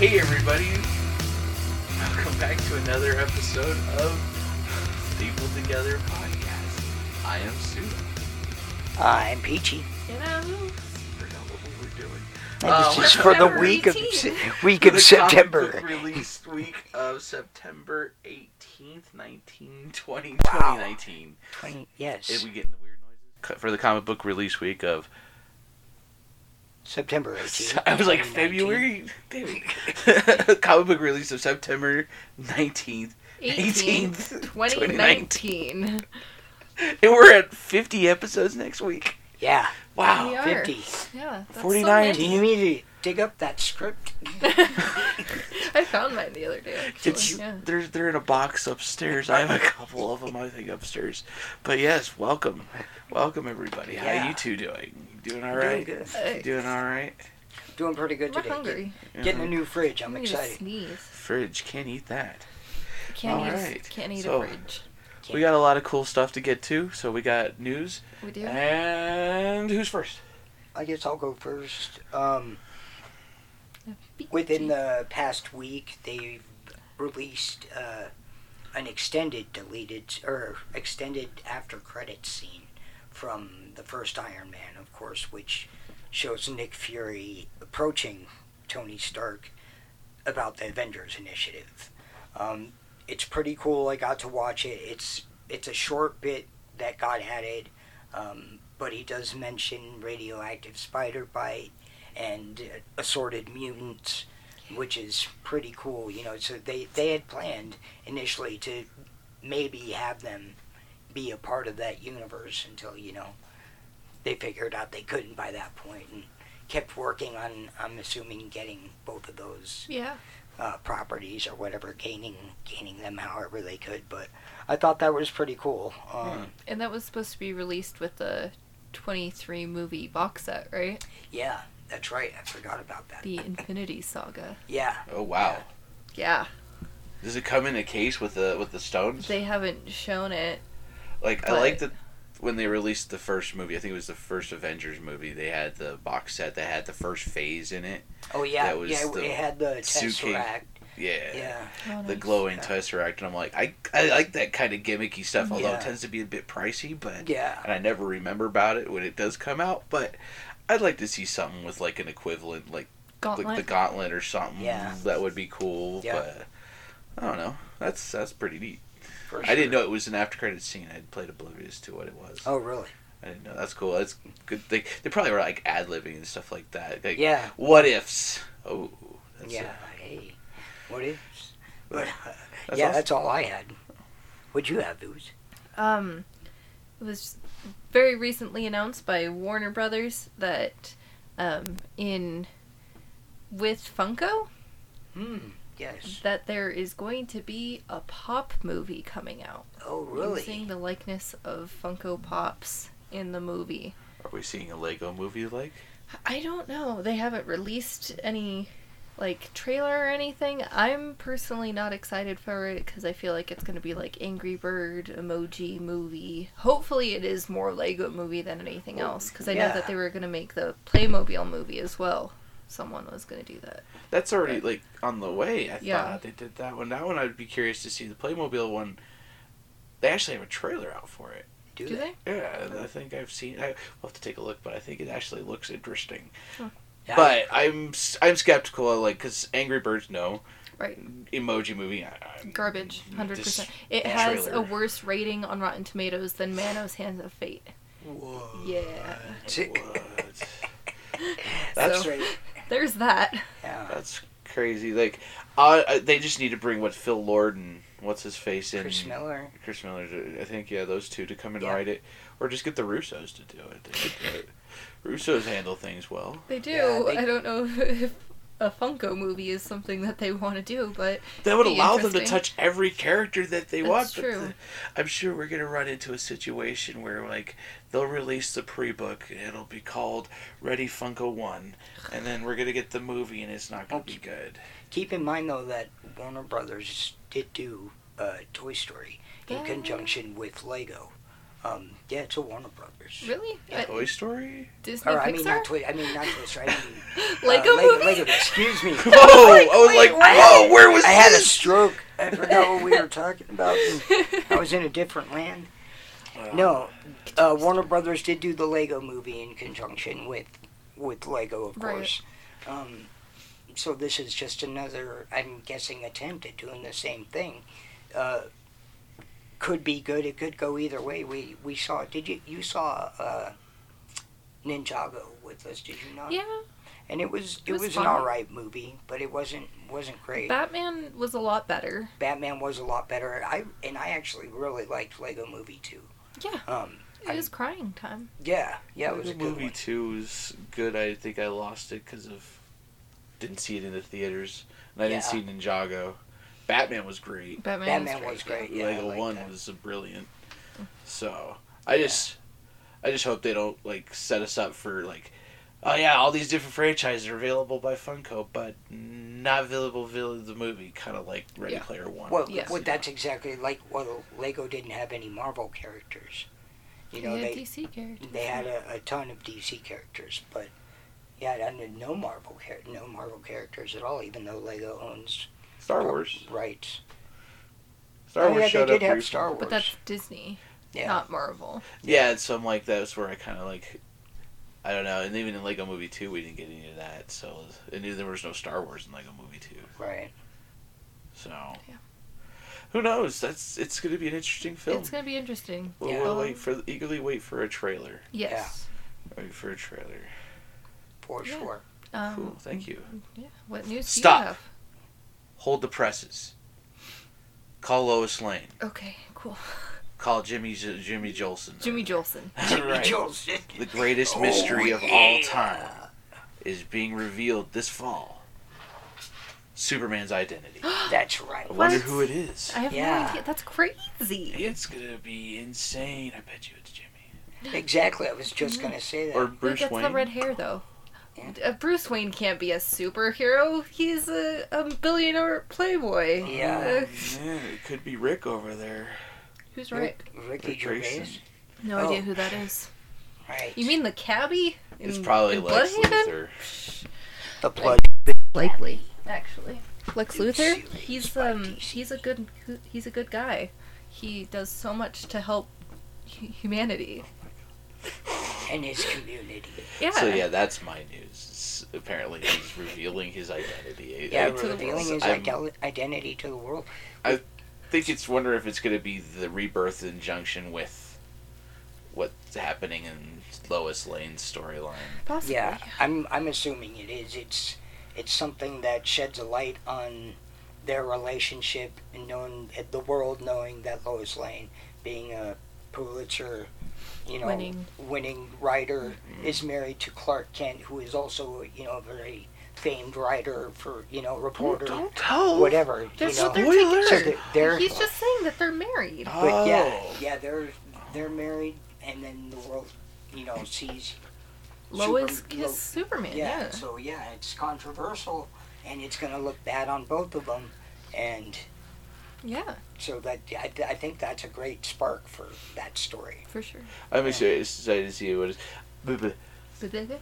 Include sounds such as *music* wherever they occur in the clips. Hey everybody, welcome back to another episode of People Together Podcast. I am Sue. Ah, I'm Peachy. You know, Forgot what we were doing. And this Um, *laughs* is for the September week of 18. se- week for of the September. comic book release week of September 18th, 19, 20, Wow. 2019. Twenty yes, Did we get in the weird noises? For the comic book release week of, *laughs* September 18th. I was like February. 2019. Damn it. *laughs* comic book release of September 19th, 18th, 18th, 2019. and we're at 50 episodes next week. Yeah, Wow. We are. fifty. Yeah, that's 49. So Do many. you need to dig up that script? *laughs* I found mine the other day. Actually. Did you? Yeah. They're they're in a box upstairs. I have a couple of them, I think, upstairs. But yes, welcome, welcome everybody. How Yeah. you two doing? You doing all Doing right? good. Uh, You doing all right? Mm-hmm. Doing pretty good I'm today. hungry. Getting a new fridge. I'm I need to excited. Sneeze. Fridge can't eat that. Can't All eat. right. Can't eat So- a fridge. We got a lot of cool stuff to get to. So we got news We do. uh, and who's first? I guess I'll go first. Um, within the past week, they've released uh, an extended deleted or extended after credits scene from the first Iron Man, of course, which shows Nick Fury approaching Tony Stark about the Avengers Initiative. Um, it's pretty cool. I got to watch it. It's it's a short bit that got added, um, but he does mention radioactive spider bite and uh, assorted mutants, which is pretty cool. You know, so they they had planned initially to maybe have them be a part of that universe until you know they figured out they couldn't by that point and kept working on I'm assuming getting both of those Yeah. uh, properties or whatever, gaining gaining them however they could. But I thought that was pretty cool. Um, And that was supposed to be released with the 23 movie box set, right? Yeah, that's right. I forgot about that. The Infinity Saga. Yeah, Oh wow! Yeah. Does it come in a case with the with the stones? They haven't shown it. Like I But- like that when they released the first movie. I think it was the first Avengers movie. They had the box set that had the first phase in it. oh yeah, That was yeah. the It had the Suit King. tesseract. Yeah, Oh, the nice. glowing tesseract, and I'm like, I, I like that kind of gimmicky stuff, although Yeah. it tends to be a bit pricey, but yeah, and I never remember about it when it does come out. But I'd like to see something with like an equivalent, like Gauntlet. like the gauntlet or something. Yeah. that would be cool. Yeah. But I don't know. That's that's pretty neat. for I didn't sure. know it was an after credit scene. I played oblivious to what it was. Oh really? I didn't know. That's cool. That's good. They they probably were like ad libbing and stuff like that. Like, Yeah. What ifs? Oh. That's yeah. it. Hey, what is? But, uh, That's yeah, awesome. that's all I had. What'd you have, Booze? um, it was very recently announced by Warner Brothers that um, in with Funko Hmm. Yes. that there is going to be a pop movie coming out Oh really? using the likeness of Funko Pops in the movie. Are we seeing a Lego movie like? I don't know. They haven't released any like trailer or anything. I'm personally not excited for it because I feel like it's going to be like Angry Bird emoji movie. Hopefully, it is more Lego movie than anything else because I know Yeah. that they were going to make the Playmobil movie as well. Someone was going to do that. That's already like on the way. I Yeah. thought they did that one. That one I'd be curious to see the Playmobil one. They actually have a trailer out for it. Do, Do that? they? Yeah, I think I've seen. I, we'll have to take a look, but I think it actually looks interesting. Yeah. But I'm s- I'm skeptical, like because Angry Birds, no Right. emoji movie. I, I'm, Garbage. 100%. This it has trailer. a worse rating on Rotten Tomatoes than Mano's Hands of Fate. Whoa. Yeah. *laughs* What? That's So- Straight. There's that. Yeah. that's crazy. Like, I, I, they just need to bring what Phil Lord and what's his face in Chris Miller. Chris Miller, to- I think, yeah, those two to come and Yeah. write it, or just get the Russos to do it. They could do it. Russos handle things well. They do. Yeah, they- I don't know *laughs* if, if a Funko movie is something that they want to do, but That would Be allow them to interesting. touch every character that they That's want. but true. the- I'm sure we're gonna run into a situation where like they'll release the pre-book and it'll be called Ready Funko One, and then we're gonna get the movie and it's not gonna be good. Keep in mind though that Warner Brothers did do uh, Toy Story in Yeah. conjunction with Lego. Um, yeah, it's a Warner Brothers. Really? Uh, Toy Story? *laughs* Disney Or I Pixar? mean, not *laughs* Twi- I mean, not Twister. I mean, Lego uh, movie? Lego, *laughs* excuse me. Whoa! I was wait, like, what? whoa, where was I this? had a stroke. I forgot what we were talking about. I was in a different land. No, uh, Warner Brothers did do the Lego movie in conjunction with with Lego, of Right. course. Um, so this is just another, I'm guessing, attempt at doing the same thing. Uh, could be good. It could go either way. We we saw. Did you you saw uh, Ninjago with us? Did you not? yeah. And it was it, was was, fun. an all right movie, but it wasn't wasn't *laughs* great. Batman was a lot better. Batman was a lot better. I and I actually really liked Lego Movie too. Yeah. Um, It I- was crying time. yeah, yeah, it was a the good movie one. two is good. I think I lost it because of didn't see it in the theaters, and I Yeah. didn't see Ninjago. Batman was great. Batman, Batman was was great. Yeah, I Lego liked One that. was brilliant. So I just, I just hope they don't like set us up for like, oh yeah, all these different franchises are available by Funko, but not available via the movie. Kind of like Ready Yeah. Player One. Well, Yes. well, that's exactly like well, Lego didn't have any Marvel characters. You know, yeah, they DC characters. they had a, a ton of DC characters, but yeah, I knew no Marvel char- no Marvel characters at all. Even though Lego owns Star Wars. rights. Star oh, Wars yeah, showed they up did have briefly. Star Wars. But that's Disney, yeah. not Marvel. Yeah, and so I'm like, that's where I kind of like, I don't know. And even in Lego Movie Two, we didn't get any of that. So I knew there was no Star Wars in Lego Movie Two. Right. So Yeah. who knows? That's it's going to be an interesting film. It's gonna be interesting. We'll, Yeah. we'll wait for eagerly wait for a trailer. Yes. Wait for a trailer. For Yeah. sure. Um, Cool. Thank you. Yeah. What news Stop. do you have? Hold the presses. Call Lois Lane. Okay. Cool. Call Jimmy Jo- Jimmy Jolson. *laughs* Jimmy Jolson. *laughs* *laughs* Right. Jolson. The greatest Oh, mystery of all yeah. time is being revealed this fall. Superman's identity. That's right. I wonder What? who it is. I have no Yeah. idea. That's crazy. It's gonna be insane. I bet you it's Jimmy Exactly. I was just gonna say that. or Who Bruce gets Wayne. the red hair though? Yeah. Uh, Bruce Wayne can't be a superhero. He's a, a billionaire playboy. Yeah. Uh, Yeah, it could be Rick over there. who's right? Rick, Ricky Rick Grayson. Gervais. No Oh. idea who that is. Right. You mean the cabbie? It's in- probably in Lex Bloodhaven? Luthor. the blood? Likely, actually. Lex Dude, Luthor. she raised He's by um. DC. He's a good. He's a good guy. He does so much to help hu- humanity. And his community. Yeah. So yeah, that's my news. It's- apparently, he's revealing his identity. Yeah, I, to the revealing world. his I'm- idel- identity to the world. I think it's wonder if it's gonna be the rebirth in junction with what's happening in Lois Lane's storyline. Possibly. Yeah, I'm I'm assuming it is. It's it's something that sheds a light on their relationship and knowing the world knowing that Lois Lane, being a Pulitzer, you know, Winning. winning writer, Mm-hmm. is married to Clark Kent, who is also you know a very famed writer for you know reporter, tell. whatever. That's you know. what they're Spoilers! so taking. they're, they're Uh, He's just saying that they're married. Oh. But yeah, yeah, they're they're married, and then the world, you know, sees. Lois Super- is Lo- Superman. yeah, Yeah. So yeah, it's controversial, and it's gonna look bad on both of them, and Yeah. so that I, I think that's a great spark for that story. For sure. I'm excited excited to see what is. Blah, blah, But they- they-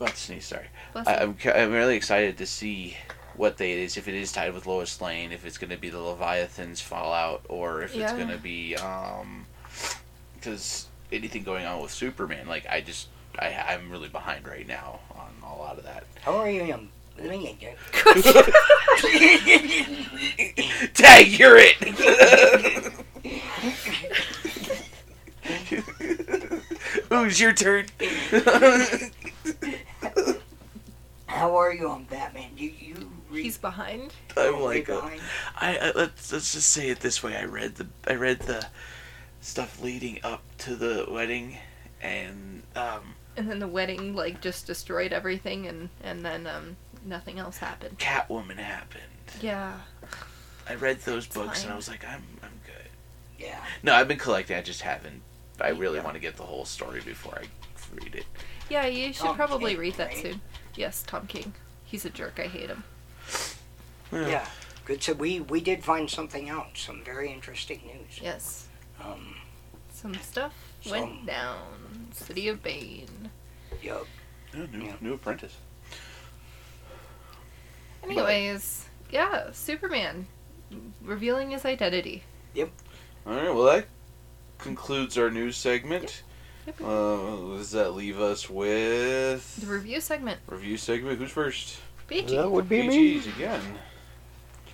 about to sneeze, sorry. bless I, him. I'm, cu- I'm really excited to see what they it is if it is tied with Lois Lane, if it's going to be the Leviathan's fallout, or if it's Yeah. going to be um, because anything going on with Superman, like I just I I'm really behind right now on a lot of that. How are you? um, Tag, you're it. *laughs* Who's your turn? *laughs* *laughs* How are you on Batman? You you read, He's behind. I'm read like. oh. behind? I, I let's let's just say it this way. I read the I read the stuff leading up to the wedding, and um, And then the wedding like just destroyed everything, and and then um nothing else happened. Catwoman happened. Yeah. I read those books, and fine. I was like, I'm I'm good. yeah. No, I've been collecting. I just haven't. I really want to get the whole story before I read it. Yeah, you should Tom probably King, read that right? soon. Yes, Tom King. He's a jerk. I hate him. Yeah. Good. So we we did find something out. Some very interesting news. Yes. Um, Some stuff Some- went down. City of Bane. Yup. Yeah, new, Yeah. new apprentice. Anyways, yeah, Superman revealing his identity. All right. Well, that concludes our news segment. Yep. Uh, does that leave us with The review segment. review segment? Who's first? BG. That would be me. BG's *laughs* again.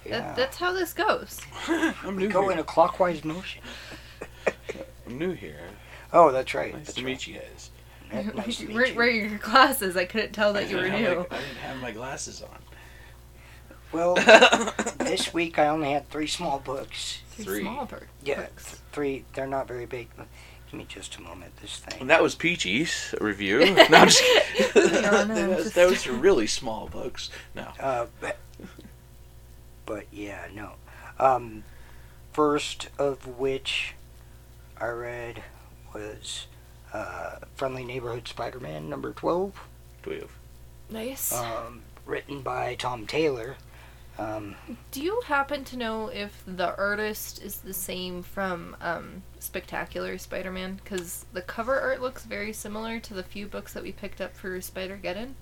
Yeah. That, that's how this goes. I'm we new go here. in a clockwise motion. I'm new here. Oh, that's right. Nice that's to right. meet you guys. Yeah, *laughs* Nice to meet Where, you. where are your glasses? I couldn't tell that you were I didn't new. have my- I didn't have my glasses on. *laughs* Well, this week I only had three small books. Three, Three. small bird Yeah. books. Three, they're not very big. Give me just a moment. This *laughs* thing. And that was Peachy's review. No, I'm just kidding. No, no, *laughs* I'm that, was, just- that was really small books. Uh, but, but yeah, no. Um, first of which I read was uh, Friendly Neighborhood Spider Man number 12, Twelve. Nice. um, written by Tom Taylor. Um, Do you happen to know if the artist is the same from um, Spectacular Spider-Man? Because the cover art looks very similar to the few books that we picked up for Spider-Geddon.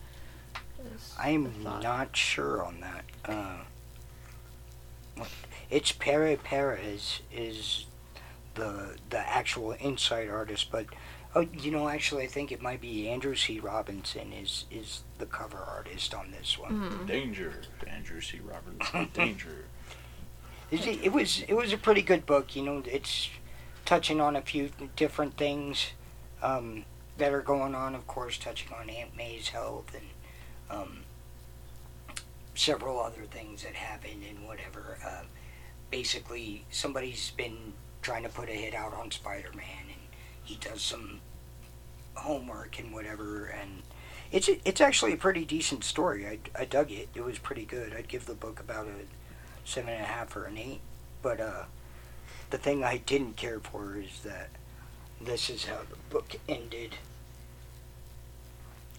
Is the I'm thought. not sure on that. Uh, what- it's Pere Perez is the the actual inside artist, but oh, you know, actually, I think it might be Andrew C. Robinson is is the cover artist on this one. Mm. Danger, Andrew C. *laughs* Roberts. Danger. Is It, it was it was a pretty good book. You know, it's touching on a few different things um, that are going on. Of course, touching on Aunt May's health and um, several other things that happened and whatever. Uh, basically, somebody's been trying to put a hit out on Spider-Man, and he does some homework and whatever. And it's it's actually a pretty decent story. I, I dug it. It was pretty good. I'd give the book about a seven and a half or an eight. But uh, the thing I didn't care for is that this is how the book ended.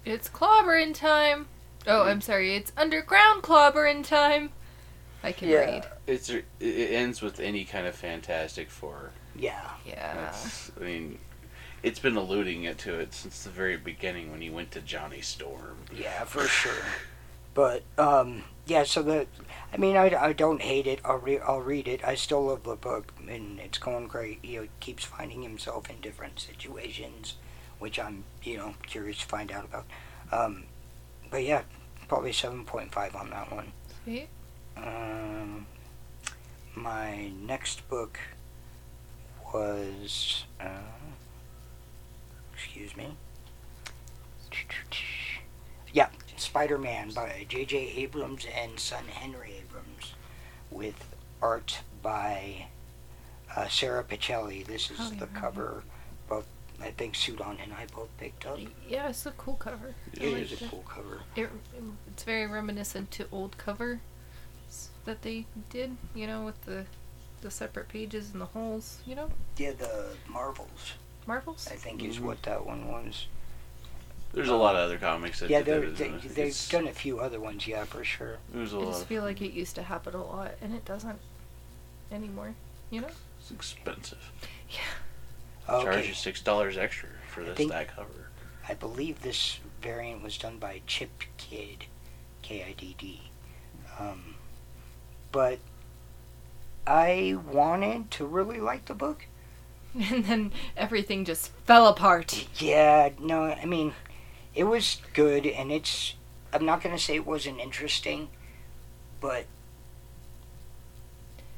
It's clobbering time. Oh, I'm sorry. It's underground clobbering time. I can Yeah. read. It's it it ends with any kind of Fantastic Four. Yeah, Yeah. That's, I mean, it's been alluding it to it since the very beginning when he went to Johnny Storm. *sighs* yeah, for sure. But um, yeah, so the I mean, I, I don't hate it. I'll re- I'll read it. I still love the book, and it's going great. He keeps finding himself in different situations, which I'm you know curious to find out about. Um, but yeah, probably seven point five on that one. Sweet. Um, my next book was. Uh, excuse me. Yeah, Spider Man by J.J. Abrams and son Henry Abrams with art by uh, Sarah Pacelli. This is Oh, yeah, the I cover, but I think Sudan and I both picked up. Yeah, it's a cool cover. I It liked is a it. cool cover. It, it's very reminiscent to old cover s- that they did, you know, with the the separate pages and the holes, you know, Yeah, the Marvels, marbles. I think, is Mm-hmm. Mhm. what that one was. There's a lot of other comics that Yeah, did they're, that. they, It's- they've done a few other ones, yeah, for sure. There's a I lot. just Of, feel like it used to happen a lot, and it doesn't anymore. You know, it's expensive. Charge Oh, Okay, you six dollars extra for I this think- that cover. I believe this variant was done by Chip Kidd, K-I-D-D. Um, but I wanted to really like the book. *laughs* *laughs* and then everything just fell apart. Yeah, no, I mean, it was good, and it's. I'm not gonna say it wasn't interesting, but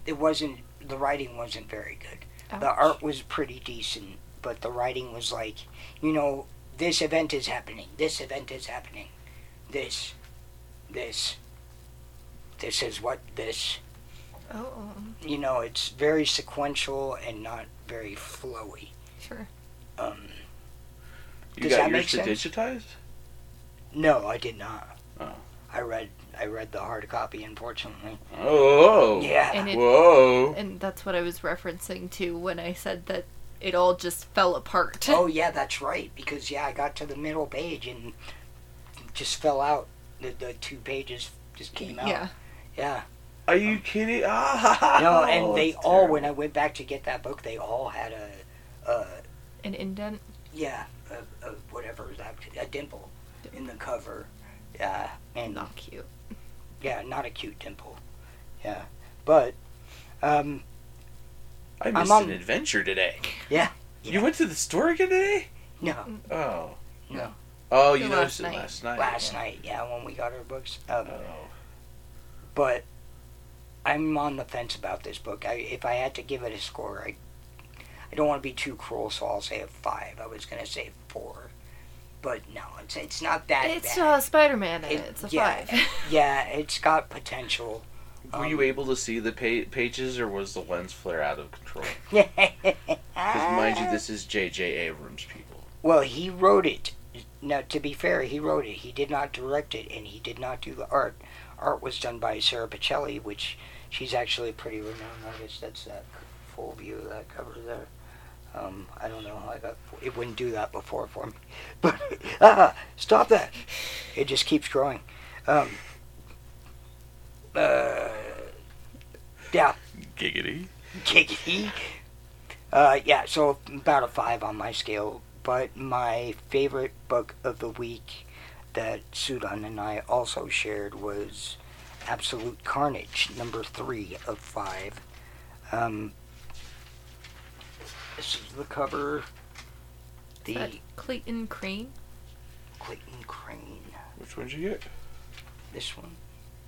it wasn't. The writing wasn't very good. The Ouch. art was pretty decent, but the writing was like, you know, this event is happening, this event is happening, this, this, this is what this. Oh, You know, it's very sequential and not very flowy. sure. Um, You Does got that yours make to sense? digitized? no, I did not. Oh. I read I read the hard copy, unfortunately. Oh. Yeah. And it- Whoa. And that's what I was referencing to when I said that it all just fell apart. *laughs* oh yeah, that's right. Because yeah, I got to the middle page and just fell out. The the two pages just came out. *laughs* yeah. Yeah. Are you kidding? *laughs* Ah, No, and they that's all, terrible. when I went back to get that book, they all had a, uh, An indent. yeah, a, a whatever that a dimple in the cover. Yeah, and Not cute. yeah, not a cute dimple. Yeah, but um, I I'm missed on- an adventure today. Yeah. Yeah. You went to the store again today? no, Oh. No. Oh, you The noticed last it night. last night. last night, yeah, when we got our books. Um, Oh. but I'm on the fence about this book. I, if I had to give it a score, I, I don't want to be too cruel, so I'll say a five. I was gonna say four, but no, it's it's not that It's bad. uh, Spider Man in It- it. It's a yeah. five. *laughs* yeah, it's got potential. Were Um, you *laughs* able to see the pa- pages, or was the lens flare out of control? Because mind you, this is J.J. Abrams, people. Well, he wrote it. Now, to be fair, he wrote it. He did not direct it, and he did not do the art. Art was done by Sarah Pacelli, which she's actually a pretty renowned artist. That's that full view of that cover there. Um, I don't know how I got. It wouldn't do that before for me, *laughs* but ah, stop that! It just keeps growing. Um, uh, yeah, Giggity. Giggity. Uh, yeah, so about a five on my scale. But my favorite book of the week that Sudan and I also shared was Absolute Carnage, number three of five. Um, this is the cover. The That Clayton Crane. Clayton Crane. Which one'd you get? This one.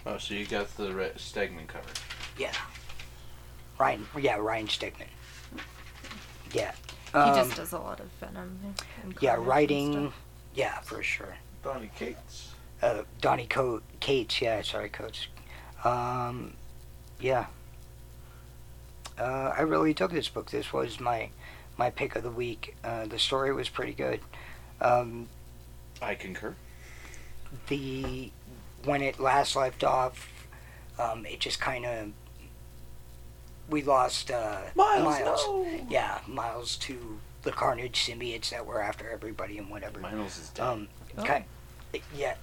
Oh, so you got the Re- Stegman cover. Yeah. Ryan. Yeah, Ryan Stegman. Yeah. He Um, just does a lot of venom. and- and yeah, carnage and writing. stuff. Yeah, for sure. Donnie Cates. uh, Donnie Co- Cates, yeah, sorry, Coates. Um, yeah. Uh, I really dug this book. This was my my pick of the week. Uh, the story was pretty good. Um, I concur. the when it last left off, um, it just kind of we lost uh, Yeah, Miles to the Carnage symbiotes that were after everybody and whatever. Miles is dead. Um, Oh. kind yeah,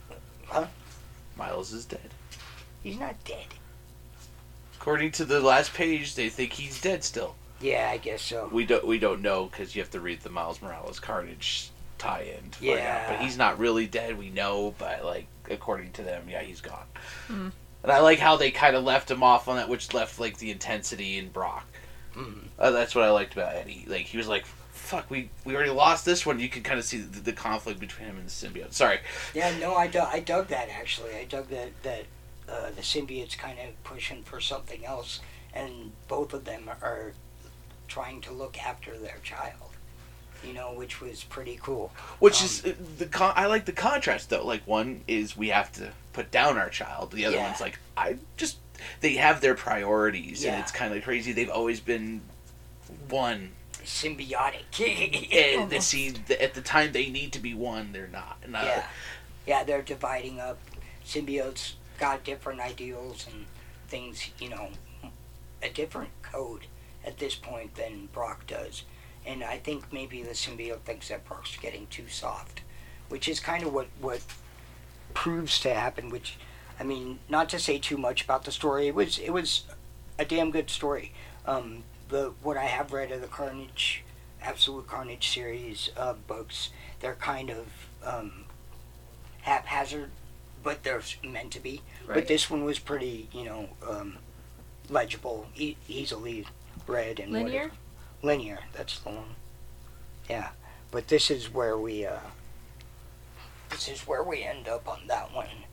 Miles is dead. he's not dead. According to the last page, they think he's dead still. Yeah, I guess so. We don't we don't know because you have to read the Miles Morales Carnage tie-in. To find out. Yeah. but he's not really dead. We know, but like according to them, yeah, he's gone. Mm. And I like how they kind of left him off on that, which left like the intensity in Brock. Mm. Uh, that's what I liked about Eddie. Like he was like, "Fuck, we we already lost this one." You could kind of see the, the conflict between him and the symbiote. Sorry, Yeah, no, I dug, I dug that actually. I dug that that uh, the symbiotes kind of pushing for something else, and both of them are trying to look after their child. You know, which was pretty cool. Which Um, is uh, the con- I like the contrast though. Like one is we have to put down our child. The other Yeah. one's like I just they have their priorities Yeah. and it's kind of crazy. They've always been one. Symbiotic. *laughs* And they see th- at the time they need to be one, they're not. And uh, I- yeah, yeah, they're dividing up. Symbiotes got different ideals and things. You know, a different code at this point than Brock does, and I think maybe the symbiote thinks that Brock's getting too soft, which is kind of what what proves to happen. Which, I mean, not to say too much about the story. It was it was a damn good story. Um, the what I have read of the Carnage, Absolute Carnage series of books, they're kind of um, haphazard, but they're s- meant to be. But Right. this one was pretty, you know, um, legible, e- easily read and whatever. Linear. Linear, that's the one. Yeah, but this is where we uh, this is where we end up on that one.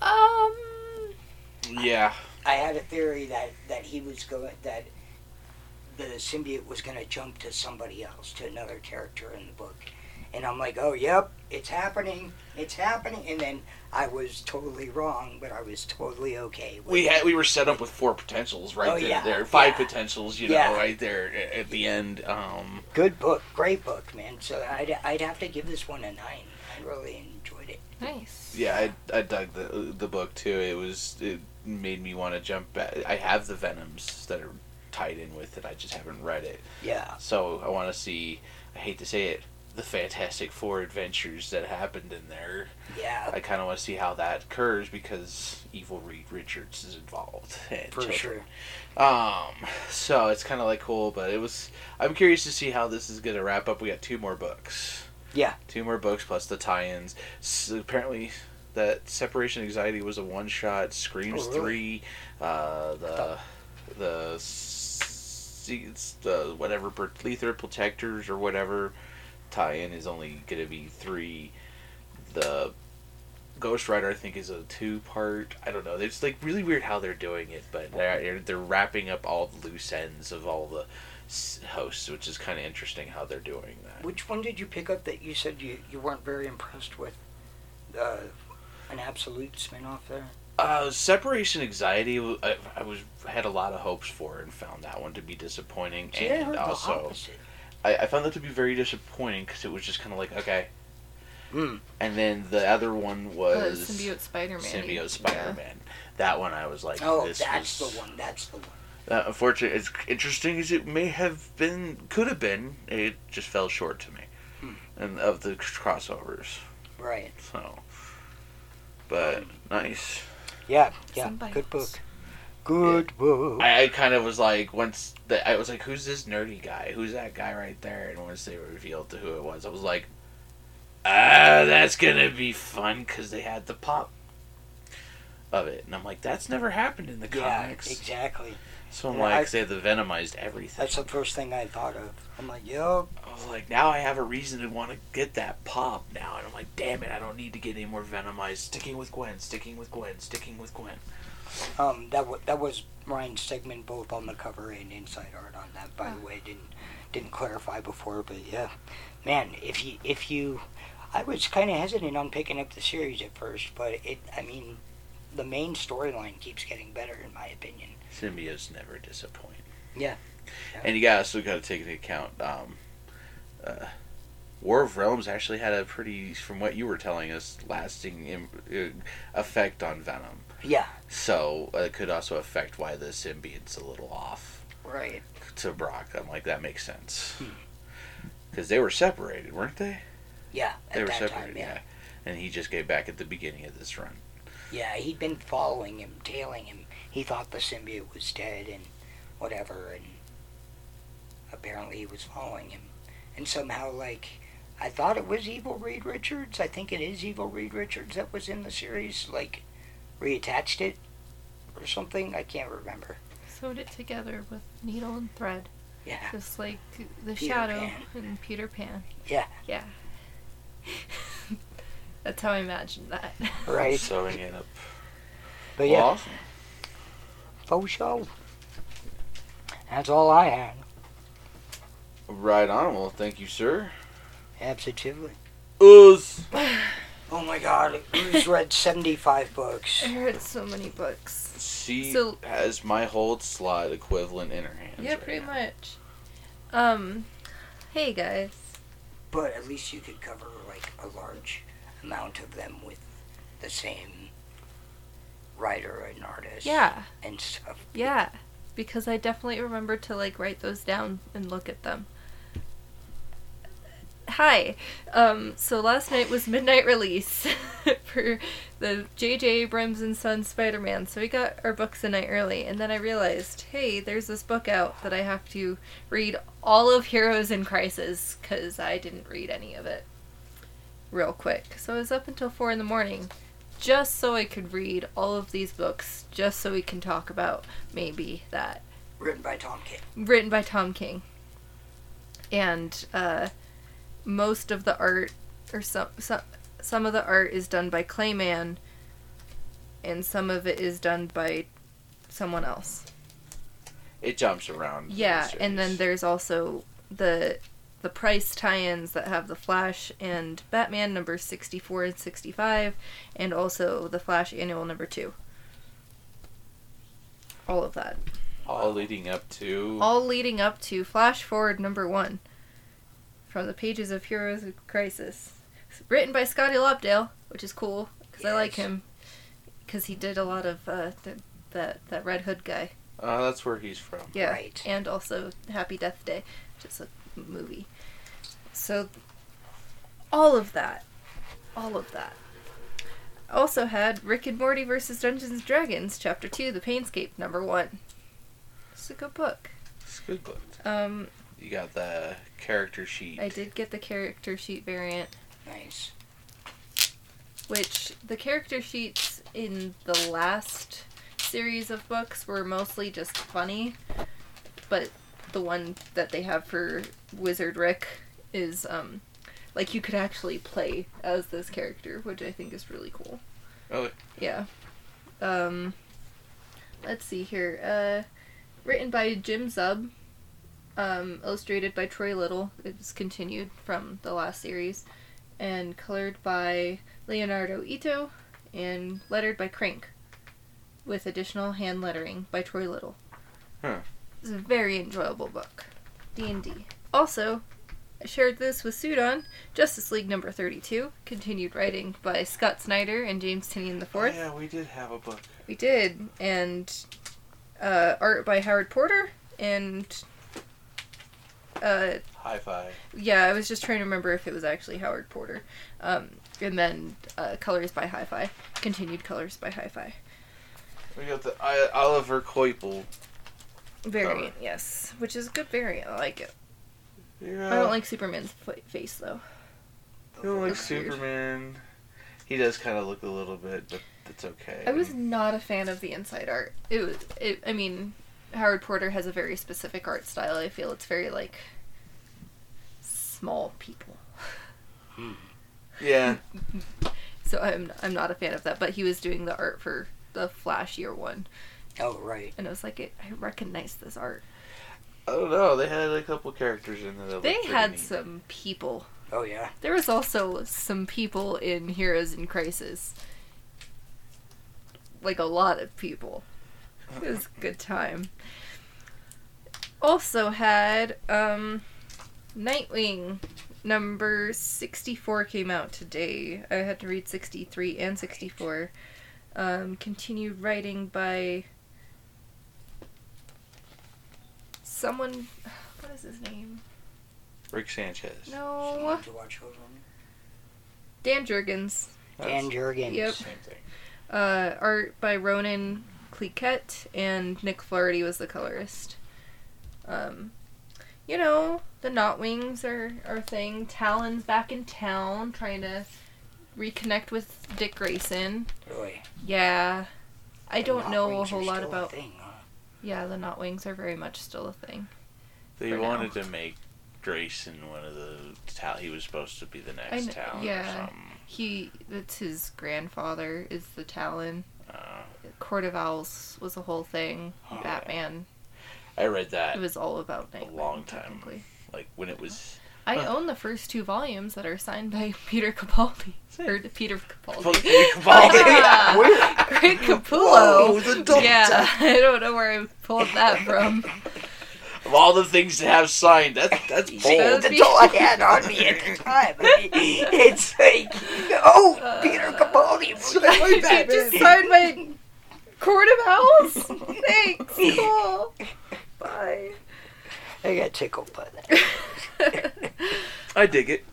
Um. yeah. I had a theory that that he was going that the symbiote was going to jump to somebody else, to another character in the book, and I'm like, oh, yep, it's happening, it's happening, and then I was totally wrong, but I was totally okay. With We it. had we were set up with four potentials right Oh, there. yeah. There five Yeah. potentials, you Yeah. know, right there a- at the end. Um, good book, great book, man. So I'd I'd have to give this one a nine. I really enjoyed it. Nice. Yeah, I, I dug the the book too. It was it made me want to jump back. I have the Venoms that are tied in with it. I just haven't read it, Yeah. so I want to see. I hate to say it, the Fantastic Four adventures that happened in there. Yeah, I kind of want to see how that occurs because evil Reed Richards is involved. *laughs* And for children. sure. Um, so it's kind of like cool, but it was. I'm curious to see how this is gonna wrap up. We got two more books. Yeah. Two more books plus the tie-ins. S apparently, that separation anxiety was a one-shot. Screams Oh, really? three. Uh, the thought- the s- s- the whatever pr- Lether protectors or whatever tie-in is only gonna be three. The Ghost Rider, I think, is a two-part. I don't know. It's like really weird how they're doing it, but they're they're wrapping up all the loose ends of all the s- hosts, which is kind of interesting how they're doing that. Which one did you pick up that you said you, you weren't very impressed with? Uh, an absolute spinoff there. Uh, Separation Anxiety, w- I, I was had a lot of hopes for and found that one to be disappointing, See, I and heard the also opposite. I, I found that to be very disappointing because it was just kind of like okay, Mm. and then the other one Uh, was symbiote Spider Man. Symbiote Spider-Man. That one I was like, Oh, this that's was- the one. That's the one. Uh, unfortunately, as interesting as it may have been, could have been, it just fell short to me, Hmm. and of the crossovers. Right. So, but Hmm. nice. Yeah. Yeah. Somebody Good else. book. Good book. I, I kind of was like, once that I was like, who's this nerdy guy? Who's that guy right there? And once they revealed to who it was, I was like, ah, that's gonna be fun because they had the pop of it, and I'm like, that's never happened in the yeah. comics. Exactly. So I'm Yeah, like, I- they the venomized everything. That's the first thing I thought of. I'm like, yo, I was like, now I have a reason to want to get that pop now. And I'm like, damn it, I don't need to get any more Venomized. Sticking with Gwen, sticking with Gwen, sticking with Gwen. um, that wa that was Ryan Stegman both on the cover and inside art on that. By the way, didn't didn't clarify before, but yeah, man, if you if you, I was kind of hesitant on picking up the series at first, but it, I mean, the main storyline keeps getting better in my opinion. Symbiotes never disappoint. Yeah. And you got also got to take into account, um, uh, War of Realms actually had a pretty, from what you were telling us, lasting Im- uh, effect on Venom. Yeah. So uh, it could also affect why the symbiote's a little off Right. to Brock. I'm like, that makes sense. Because they were separated, weren't they? Yeah. At they were that separated, time, yeah. yeah. And he just gave back at the beginning of this run. Yeah, he'd been following him, tailing him. He thought the symbiote was dead and whatever, and apparently he was following him. And somehow, like, I thought it was Evil Reed Richards. I think it is Evil Reed Richards that was in the series, like, reattached it or something. I can't remember. Sewed it together with needle and thread, Yeah, just like the Peter shadow Pan. in Peter Pan. Yeah. Yeah. *laughs* That's how I imagined that. right. Sewing it up. But yeah, Well, faux show. That's all I had. right on. Well, thank you, sir. Absolutely. Us. Oh my god, who's read 75 books? *laughs* I read so many books. She So- has my hold slot equivalent in her hands. yeah, right pretty now. much. Um, hey guys. But at least you could cover like a large amount of them with the same writer and artist. Yeah, And stuff. yeah. Because I definitely remember to like write those down and look at them. Hi. Um, so last night was midnight release *laughs* for the JJ Abrams and Son Spider-Man. So we got our books a night early, and then I realized, hey, there's this book out that I have to read all of Heroes in Crisis because I didn't read any of it. Real quick, so I was up until four in the morning, just so I could read all of these books, just so we can talk about maybe that Written by Tom King. written by Tom King. And uh, most of the art, or some, some, some of the art is done by Clayman, and some of it is done by someone else. It jumps around. in Yeah, the and then series. there's also the the price tie-ins that have the Flash and Batman number 64 and 65 and also the Flash annual number 2. All of that. all leading up to. All leading up to Flash Forward number 1 from the pages of Heroes of Crisis. It's written by Scotty Lobdell, which is cool cuz I like Yes. him cuz he did a lot of uh th- that that Red Hood guy. Uh, that's where he's from. Yeah. Right. And also Happy Death Day, which is a movie. So all of that. All of that. Also had Rick and Morty versus Dungeons and Dragons, Chapter 2, The Painscape, number 1. It's a good book. It's good book. Um, You got the character sheet. I did get the character sheet variant, Nice. which the character sheets in the last series of books were mostly just funny, but the one that they have for Wizard Rick is um like you could actually play as this character, which I think is really cool. Really? Yeah. Um let's see here. Uh written by Jim Zub, um illustrated by Troy Little. It's continued from the last series and colored by Leonardo Ito and lettered by Crank with additional hand lettering by Troy Little. Huh. It's a very enjoyable book. D&D. Also, I shared this with Sudan, Justice League number 32, continued writing by Scott Snyder and James Tinian IV. Oh, yeah, we did have a book. We did, and uh, art by Howard Porter, and uh, High five. yeah, I was just trying to remember if it was actually Howard Porter. Um, and then uh, colors by Hi-Fi, continued colors by Hi-Fi. We got the I, Oliver Koipel. Variant, yes, which is a good variant. I like it. Yeah. I don't like Superman's fa- face though. You don't like That's weird. Superman. He does kind of look a little bit, but that's okay. I was not a fan of the inside art. It was, it, I mean, Howard Porter has a very specific art style. I feel it's very like small people. Yeah. So I'm I'm not a fan of that. But he was doing the art for the flashier one, Oh, right. and I was like, I recognize this art. I don't know. They had a couple characters in there. That They looked pretty had neat. some people. Oh, yeah. There was also some people in Heroes in Crisis. Like a lot of people. *laughs* It was a good time. Also had um Nightwing number 64 came out today. I had to read 63 and 64. Um continued writing by someone *sighs* what is his name? Rick Sanchez. No. Do you watch those on Dan Jurgens. That's Dan Jurgens. Yep. the same thing. Uh, art by Ronan Cliquette, and Nick Flaherty was the colorist. Um, you know, the Knot Wings are our thing. Talon's back in town trying to reconnect with Dick Grayson. Really. Yeah. I The don't Knot know a Wings are whole lot still a about. thing, huh? Yeah, the Knot Wings are very much still a thing. They For now. wanted to make Grayson one of the talent. He was supposed to be the next I kn- talent yeah. or something. He, that's his grandfather, is the Talon. Uh, Court of Owls was a whole thing. Oh, yeah. Batman. I read that It was all about Nightwing. long time. technically. like when it was. I Huh. own the first two volumes that are signed by *laughs* Peter Capaldi. Or Peter Capaldi. *laughs* *laughs* Capaldi. Greg Whoa, Capullo. the double yeah, *laughs* tap. I don't know where I pulled that *laughs* from. Of all the things to have signed, that's that's See, bold. That'd the be- doll I had on me at *laughs* the time. I mean, it's like, oh, Peter Capaldi. *laughs* was *laughs* you my Batman. just signed my Court *laughs* of Owls? Thanks, cool. Bye. *laughs* I got tickled by that. I dig it.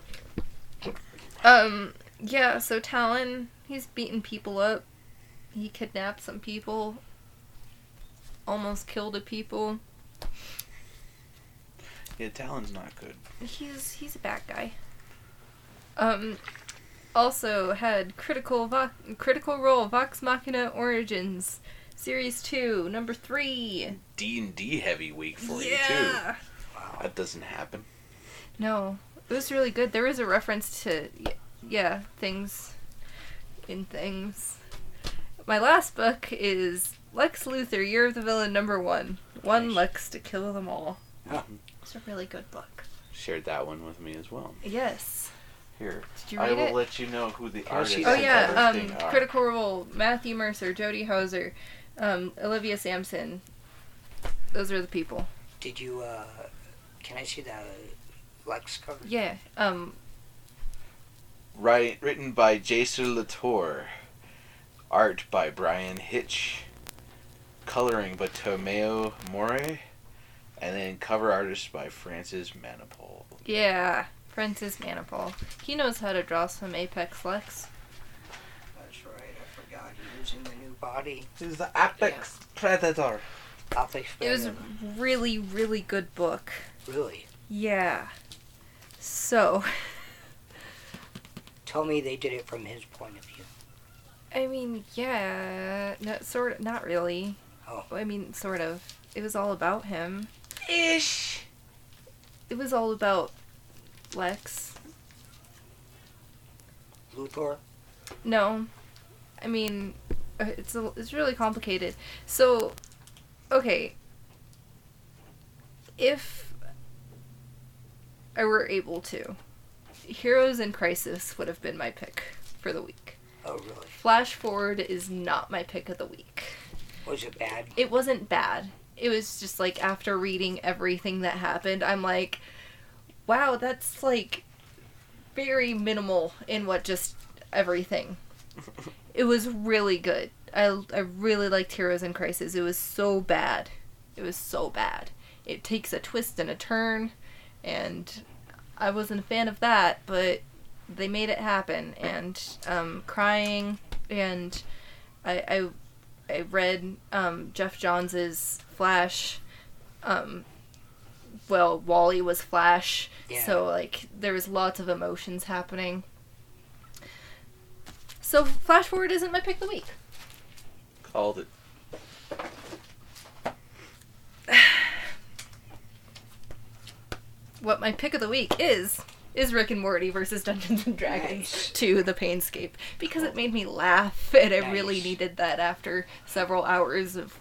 um, yeah, so Talon, he's beating people up. He kidnapped some people. Almost killed a people. Yeah, Talon's not good. He's he's a bad guy. Um, also had critical Vo- critical role Vox Machina Origins series two number three. D and D heavy week for you too. Wow. That doesn't happen. No, it was really good. There was a reference to y- yeah things in things. My last book is Lex Luthor Year of the Villain number one. One Nice. Lex to kill them all. Huh. It's a really good book. Shared that one with me as well. Yes. Here, Did you read I will it? let you know who the I artists see and Oh that? yeah, um, everything are. Critical Role, Matthew Mercer, Jodie Hauser, um, Olivia Sampson. Those are the people. Did you, uh, can I see the Lex cover? Yeah. Um, Right, written by Jason Latour, art by Brian Hitch, coloring by Tomeo More, and then cover artist by Francis Manipole. yeah. Francis Manipal. He knows how to draw some Apex Lex. That's right. I forgot he was in the new body. He's the apex predator. Apex It was a Predator. really, really good book. really. Yeah. So, Tell me they did it from his point of view. I mean, yeah, no, sort not really. Oh. I mean, sort of. It was all about him. Ish. It was all about Lex. Luthor. No, I mean, uh, it's a, it's really complicated. So, okay, if I were able to, Heroes in Crisis would have been my pick for the week. Oh, really? Flash Forward is not my pick of the week. Was it bad? It wasn't bad. It was just like after reading everything that happened, I'm like, wow, that's like very minimal in what just everything. it was really good. I, I really liked Heroes in Crisis. It was so bad. It was so bad. It takes a twist and a turn, and I wasn't a fan of that, but they made it happen. And um, crying, and I, I I read um, Jeff Johns's Flash. Um, well, Wally was Flash, Yeah. so like there was lots of emotions happening. So flash forward isn't my pick of the week. Called it. What my pick of the week is is Rick and Morty versus Dungeons and Dragons Nice. to the Painscape because it made me laugh *laughs* and I really Nice. needed that after several hours of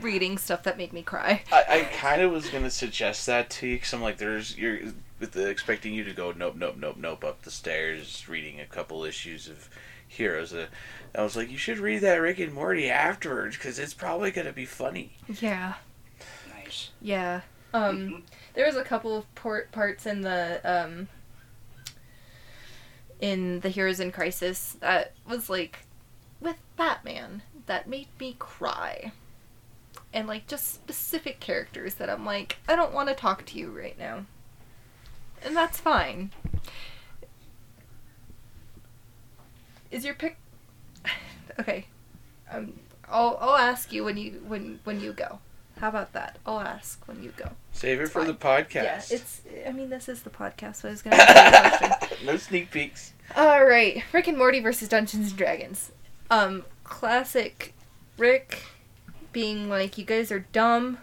reading stuff that made me cry. I, I kind of was gonna suggest that to you because I'm like, there's you're with the, expecting you to go nope, nope, nope, nope up the stairs, reading a couple issues of Heroes. Uh, I was like, you should read that Rick and Morty afterwards because it's probably gonna be funny. Yeah. Nice. Yeah. Um, there was a couple of port parts in the um, in the Heroes in Crisis that was like with Batman that made me cry, and like just specific characters that I'm like I don't want to talk to you right now, and that's fine. Is your pick *laughs* okay? Um, I'll I'll ask you when you when when you go. How about that? I'll ask when you go. Save it for the Yeah, podcast. *laughs* it's. I mean, this is the podcast, so I was gonna *laughs* ask you a question. no sneak peeks. All right, Rick and Morty versus Dungeons and Dragons. Um, classic Rick being like, "You guys are dumb,"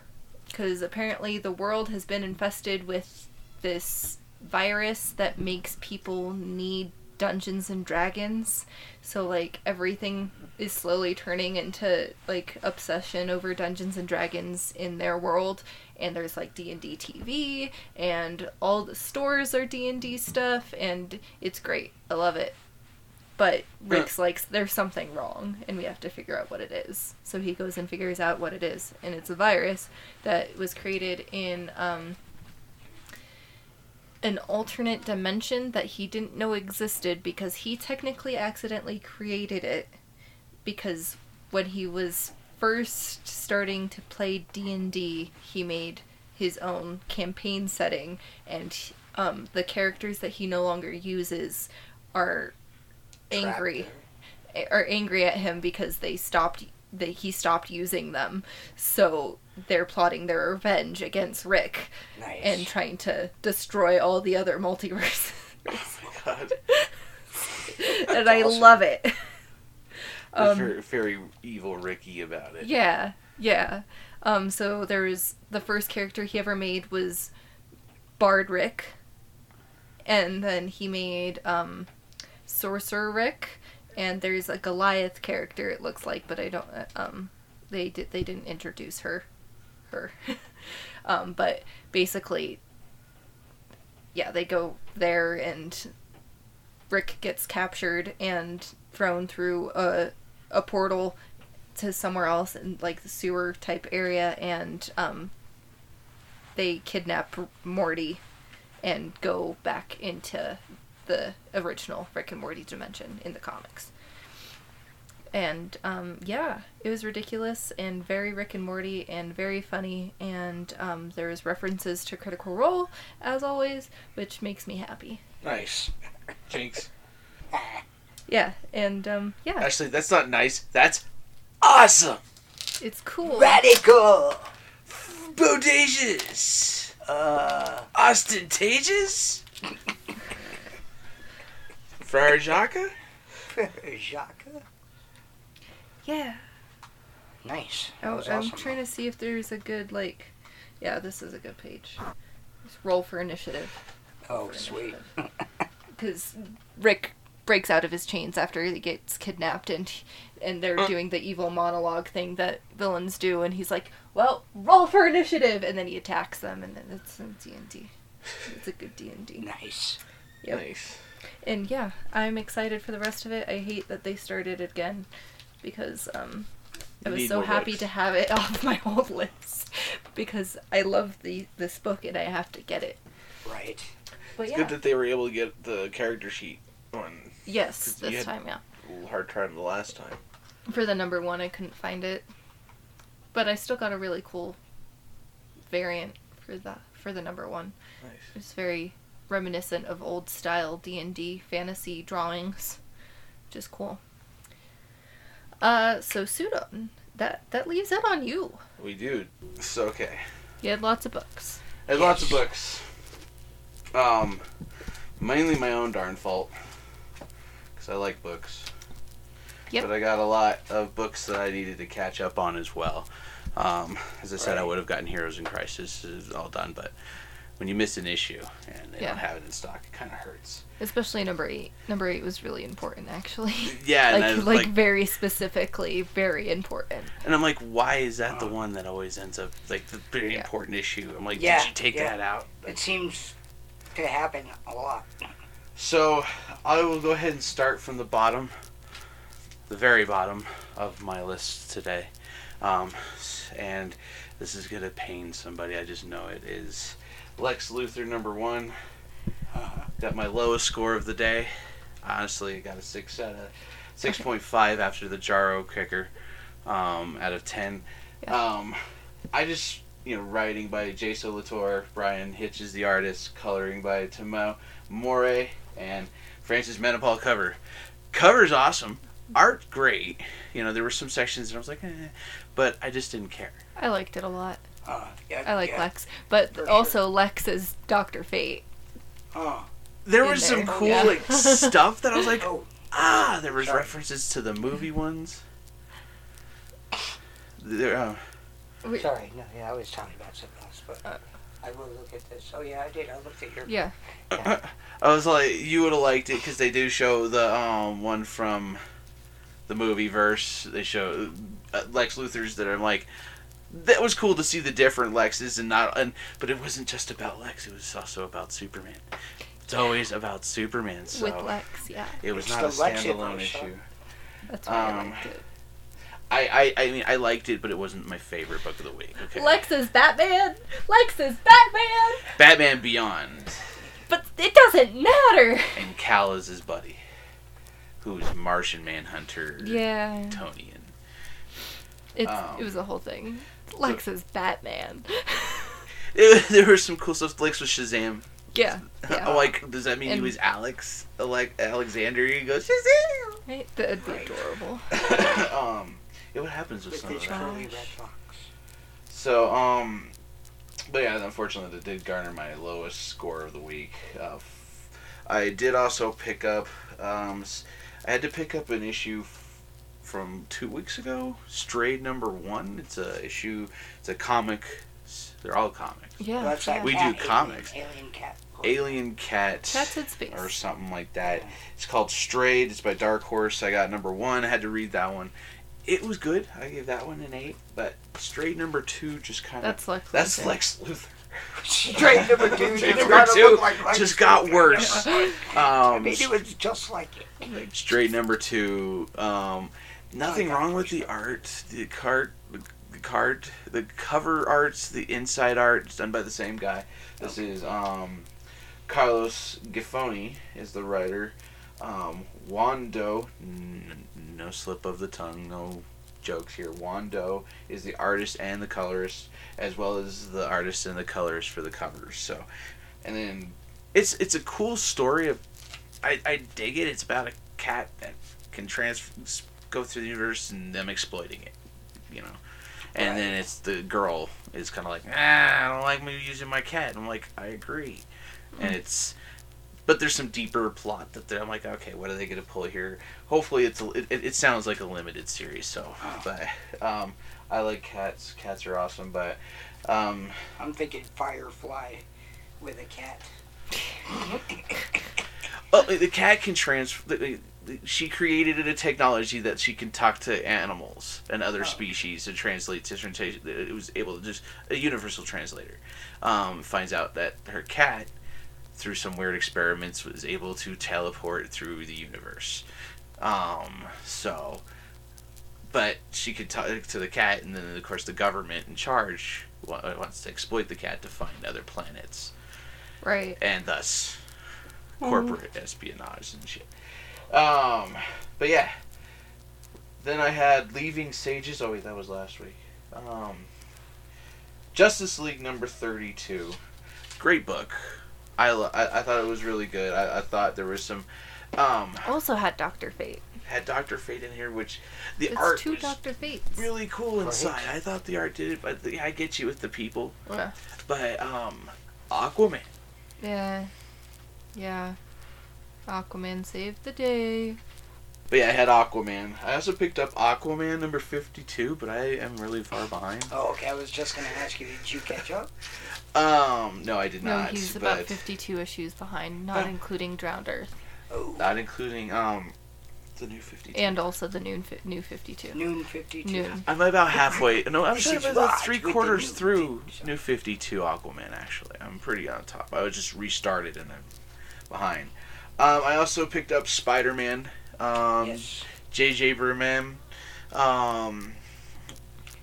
because apparently the world has been infested with this virus that makes people need Dungeons and Dragons. So like everything is slowly turning into like obsession over Dungeons and Dragons in their world and there's like D&D TV and all the stores are D&D stuff and it's great. I love it. But Rick's like there's something wrong and we have to figure out what it is. So he goes and figures out what it is and it's a virus that was created in um an alternate dimension that he didn't know existed because he technically accidentally created it because when he was first starting to play D&D, he made his own campaign setting and um, the characters that he no longer uses are Mm-hmm. angry Trapped her. are angry at him because they stopped that he stopped using them. So they're plotting their revenge against Rick Nice. and trying to destroy all the *laughs* other multiverses. Oh my *laughs* god. and I awesome. love it. That's very, very evil Ricky about it. Um, Yeah, yeah. Um, so there's the first character he ever made was Bard Rick, and then he made um, Sorcerer Rick, and there's a Goliath character it looks like, but I don't. uh, Um, they did they didn't introduce her, her. *laughs* um, but basically, yeah, they go there and Rick gets captured and thrown through a a portal to somewhere else in like the sewer type area and um they kidnap Morty and go back into the original Rick and Morty dimension in the comics. And um, yeah, it was ridiculous and very Rick and Morty and very funny. And um, there was references to Critical Role as always, which makes me happy. Nice. *laughs* Jinx. Yeah, and um, yeah, Actually, that's not nice. That's awesome. it's *laughs* cool. Radical. Bodacious. Uh, *laughs* Ostentatious. Friar Jaka? Jaka. Yeah. Nice. That Oh, was I'm awesome. trying to see if there's a good like. Yeah, this is a good page. Just roll for initiative. Oh, *laughs* sweet. *laughs* because Rick breaks out of his chains after he gets kidnapped, and and they're Uh. doing the evil monologue thing that villains do, and he's like, "Well, roll for initiative," and then he attacks them, and then it's D and D. It's a good D and D. nice. Yep. Nice. And yeah, I'm excited for the rest of it. I hate that they started it again, because um, I You was need so more happy books. to have it *laughs* off my old list, because I love the this book and I have to get it. Right. But It's yeah, good that they were able to get the character sheet on yes, 'cause you this had- time, yeah. a little hard time the last time. For the number one, I couldn't find it, but I still got a really cool variant for the for the number one. Nice. It's very reminiscent of old style D and D fantasy drawings, just cool. Uh, so Sudan, that that leaves it on you. We do. So okay. You had lots of books. There's lots of books. Um, mainly my own darn fault, because I like books. Yep. But I got a lot of books that I needed to catch up on as well. Um, as I said, I Right. would have gotten Heroes in Crisis is all done, but when you miss an issue and they Yeah. don't have it in stock, it kind of hurts. Especially number eight. Number eight was really important, actually. *laughs* Yeah, and I, like, like like, very specifically, very important. and I'm like, why is that the one that always ends up like the very Yeah. important issue? I'm like, Yeah, did you take yeah. that out? It seems to happen a lot. So I will go ahead and start from the bottom, the very bottom of my list today. Um, s- and this is going to pain somebody, I just know it is Lex Luthor number one. Uh, Uh-huh. Got my lowest score of the day. Honestly, I got a six out of six point five after the Jaro kicker um, out of ten. Yeah. Um, I just you know writing by Jason Latour, Brian Hitch is the artist, coloring by Timo More, and Francis Menopause cover. Cover's awesome, art great. You know there were some sections that I was like, eh, but I just didn't care. I liked it a lot. Uh, yeah, I like yeah. Lex, but For also Lex is Doctor Fate. Oh, There In was some there. cool Yeah. like stuff that I was like, oh, Ah, there was Sorry. references to the movie ones. There, uh, We- sorry. No, yeah, I was talking about something else, but Uh. I will look at this. Oh, yeah, I did. I looked at your. Yeah, I was like, you would have liked it because they do show the um one from the movie verse. They show uh, Lex Luthor's that I'm like, that was cool to see the different Lexes and not and but it wasn't just about Lex. It was also about Superman. It's always about Superman. So with Lex. Yeah, it was It's not the a Lexiverse, standalone huh? issue. that's why I Um, liked it. I, I I mean I liked it, but it wasn't my favorite book of the week. Okay, Lex is Batman. Lex is Batman. Batman Beyond. But it doesn't matter. and Cal is his buddy, who's Martian Manhunter Yeah, Tonian. it's, Um, it was the whole thing. Lex is Batman. *laughs* It- *laughs* there was some cool stuff. Lex was Shazam. *laughs* yeah, Oh, yeah. like, does that mean And- he was Alex? Like Alexander? He goes Shazam. Right? That'd be Right. adorable. *laughs* um, yeah, what happens with, With some of his that? curly Gosh. red locks. So, um, but yeah, unfortunately, that did garner my lowest score of the week. Uh, f- I did also pick up, um, s- I had to pick up an issue f- from two weeks ago, Strayed number one. It's a issue, it's a comic. s- They're all comics. Yeah, Well, that's Oh, yeah. that We cat, do alien- comics. Alien cat. Alien Cat. Cats in space. or something like that. It's called Strayed. It's by Dark Horse. I got number one. I had to read that one. It was good. I gave that one an eight. But Strayed number two just kind of That's Lex. that's Luthor. Lex Luthor. *laughs* Straight number two. Straight just number gotta two look like Lex just got Luthor. *laughs* worse. Um, Maybe it was just like it. straight number two. Um, nothing Oh, yeah. wrong with the art. The cart, the cart, the cover arts, the inside art. It's done by the same guy. This is um, Carlos Giffoni is the writer. Um, Wando, n- no slip of the tongue, no jokes here. Wando is the artist and the colorist, as well as the artist and the colorist for the covers. So, and then it's it's a cool story. Of, I I dig it. It's about a cat that can trans go through the universe and them exploiting it, you know. And Right. then it's the girl is kind of like, ah, I don't like me using my cat. And I'm like, I agree. And it's, but there's some deeper plot that they're- I'm like, okay, what are they gonna pull here? Hopefully, it's a, it, it it sounds like a limited series. So, but um, I like cats. Cats are awesome, but um, I'm thinking Firefly with a cat. Oh, the cat can trans. the- the- She created a technology that she can talk to animals and other Oh. species and translate to translation. It was able to just a universal translator. Um, finds out that her cat, through some weird experiments, was able to teleport through the universe. Um, so, but she could talk to the cat, and then of course the government in charge wa- wants to exploit the cat to find other planets Right. and thus Mm-hmm. corporate espionage and shit. Um, but yeah. Then I had Leaving Sages. Oh wait, that was last week. Um, Justice League number thirty-two. Great book. I, lo- I I thought it was really good. I, I thought there was some. Um, Also had Doctor Fate. had Doctor Fate in here, which the It's art two was Doctor Fates. really cool Right. inside. I thought the art did it, but the, I get you with the people. Yeah. But um, Aquaman. Yeah. Yeah. Aquaman saved the day. But yeah, I had Aquaman. I also picked up Aquaman number 52, but I am really far behind. Oh, okay. I was just gonna ask you, did you catch up? Um, no, I did no, not. he's but about 52 issues behind, not Oh. including Drowned Earth Oh, Not including, um, the new 52. and also the Noon fi- New 52. noon fifty-two. Noon. I'm about halfway. No, I'm This sorry, is I'm about Raj three with the quarters new through thing, so. New 52 Aquaman, actually. I'm pretty on top. I was just restarted and I'm behind. Um, I also picked up Spider Man, um, yes. JJ Berman. Um,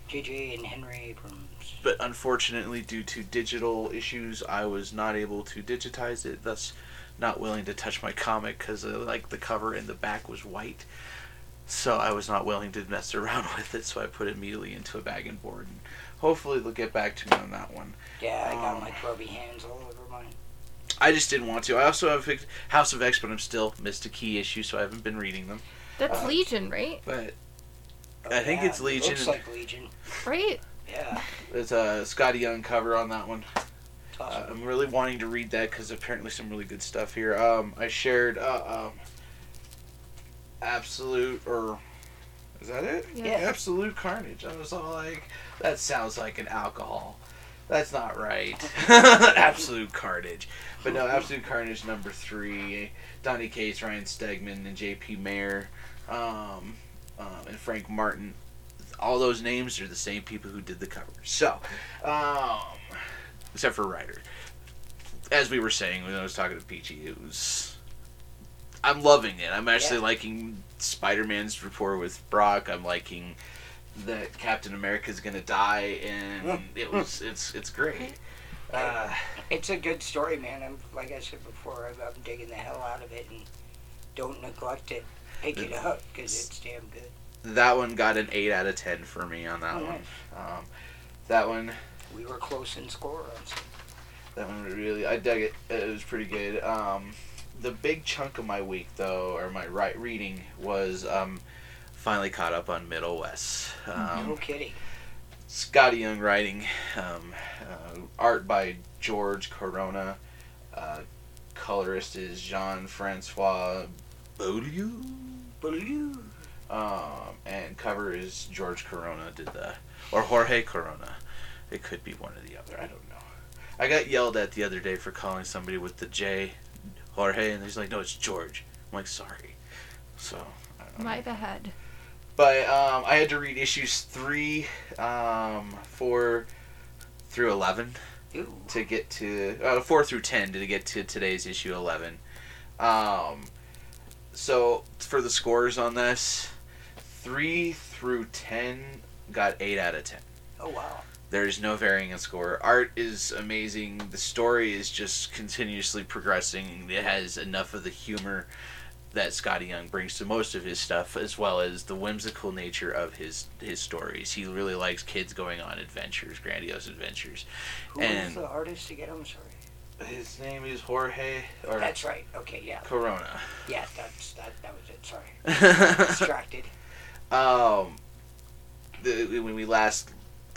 JJ and Henry Abrams. but unfortunately due to digital issues i was not able to digitize it thus not willing to touch my comic because uh, like the cover and the back was white so i was not willing to mess *laughs* around with it so i put it immediately into a bag and board and hopefully they'll get back to me on that one Yeah, I got Um, my grubby hands all over mine. i just didn't want to i also have picked house of x but i'm still missed a key issue so i haven't been reading them That's Uh, Legion, right? but Oh, I think yeah, it's it Legion. Looks like Legion. Right? Yeah. it's a scotty young cover on that one It's Uh, awesome. I'm really wanting to read that because apparently some really good stuff here. Um, I shared uh, um, absolute or is that it? Yeah. Yeah. absolute carnage. I was all like, that sounds like an alcohol. That's not right. *laughs* absolute carnage. But no, absolute carnage number three. Donnie Cates, Ryan Stegman, and J.P. Mayer, um, um, and Frank Martin. All those names are the same people who did the cover. So, um, except for Ryder. As we were saying when I was talking to Peachy, it was. I'm loving it. I'm actually Yeah. liking Spider Man's rapport with Brock. I'm liking that Captain America's gonna die, and it was it's it's great. Uh, It's a good story, man. I'm like I said before, I'm, I'm digging the hell out of it and don't neglect it. Pick it up because it's damn good. that one got an eight out of ten for me on that Oh, one. Um, that one We were close in score on some. That one really, I dug it. It was pretty good. Um, the big chunk of my week, though, or my right reading, was um, finally caught up on Middle West. Um, no kidding. Scotty Young writing, um, uh, art by George Corona, uh, colorist is Jean Francois Beaulieu, Blue. um, and cover is George Corona did the, or Jorge Corona. It could be one or the other. I don't know. I got yelled at the other day for calling somebody with the J, Jorge, and he's like, "No, it's George." I'm like, "Sorry." So. I don't know. My bad. But um, I had to read issues three, um, four through eleven Ew. to get to uh, four through ten to get to today's issue eleven. Um, so for the scores on this, three through ten got eight out of ten. Oh wow. There is no varying in score. Art is amazing. The story is just continuously progressing. It has enough of the humor that Scotty Young brings to most of his stuff, as well as the whimsical nature of his his stories. He really likes kids going on adventures, grandiose adventures. Who And- was the artist again? I'm sorry. His name is Jorge or That's right. Okay, *laughs* yeah, Corona. yeah. That's that. That was it. *laughs* Sorry, distracted. um, the, when we last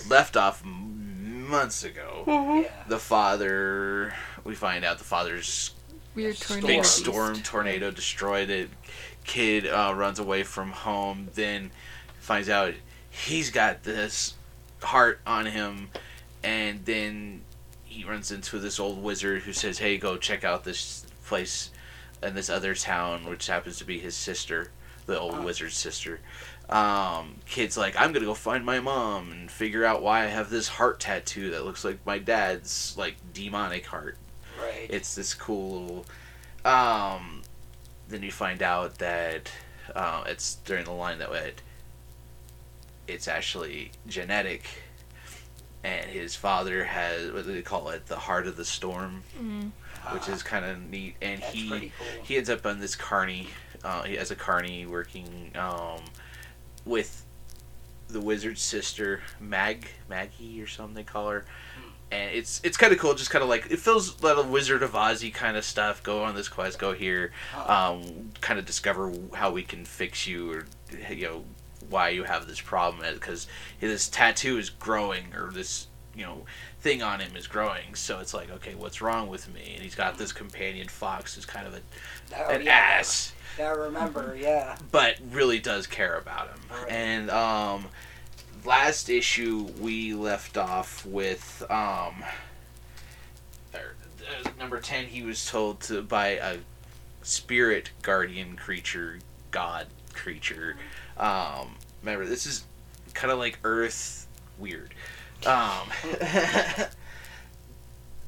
left off m- months ago, yeah. the father we find out the father's Weird tornado. big beast. storm tornado destroyed it. Kid uh, runs away from home, then finds out he's got this heart on him, and then he runs into this old wizard who says, "Hey, go check out this place in this other town, which happens to be his sister, the old Oh. wizard's sister." Um, kid's like, "I'm gonna go find my mom and figure out why I have this heart tattoo that looks like my dad's like demonic heart." Right. it's this cool little um then you find out that um, it's during the line that it, it's actually genetic and his father has what do they call it the heart of the storm Mm. which Ah, is kind of neat and that's he pretty cool. he ends up on this carney uh, he- as a carney working um, with the wizard's sister mag maggie or something they call her and it's it's kind of cool just kind of like it feels like a wizard of ozzy kind of stuff go on this quest go here Huh. um, kind of discover how we can fix you or you know why you have this problem because this tattoo is growing or this you know thing on him is growing so it's like okay what's wrong with me and he's got this companion fox who's kind of a Oh, an yeah, ass, I remember. Yeah. but really does care about him. Right. And um, last issue we left off with um, er, uh, number ten. He was told to by a spirit guardian creature, god creature. Mm-hmm. Um, remember, this is kind of like Earth weird. Um, *laughs*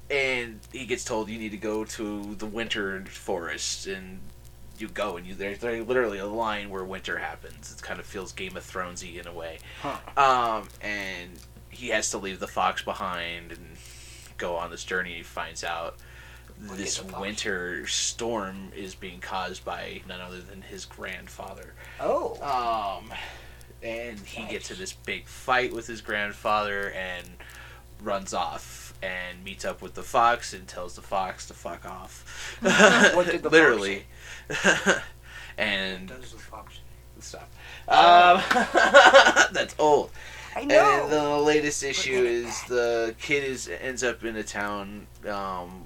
and he gets told you need to go to the winter forest and you go and you there's there literally a line where winter happens. It kind of feels Game of Thronesy in a way. Huh. Um, and he has to leave the fox behind and go on this journey. He finds out Look this at the fox. winter storm is being caused by none other than his grandfather. Oh. Um, and he gets in this big fight with his grandfather and runs off and meets up with the fox and tells the fox to fuck off. *laughs* What *laughs* did the fox Literally. *laughs* and Does the fox? stop. Uh. Um, *laughs* that's old. I And know. the latest issue Look at is the kid is ends up in a town um,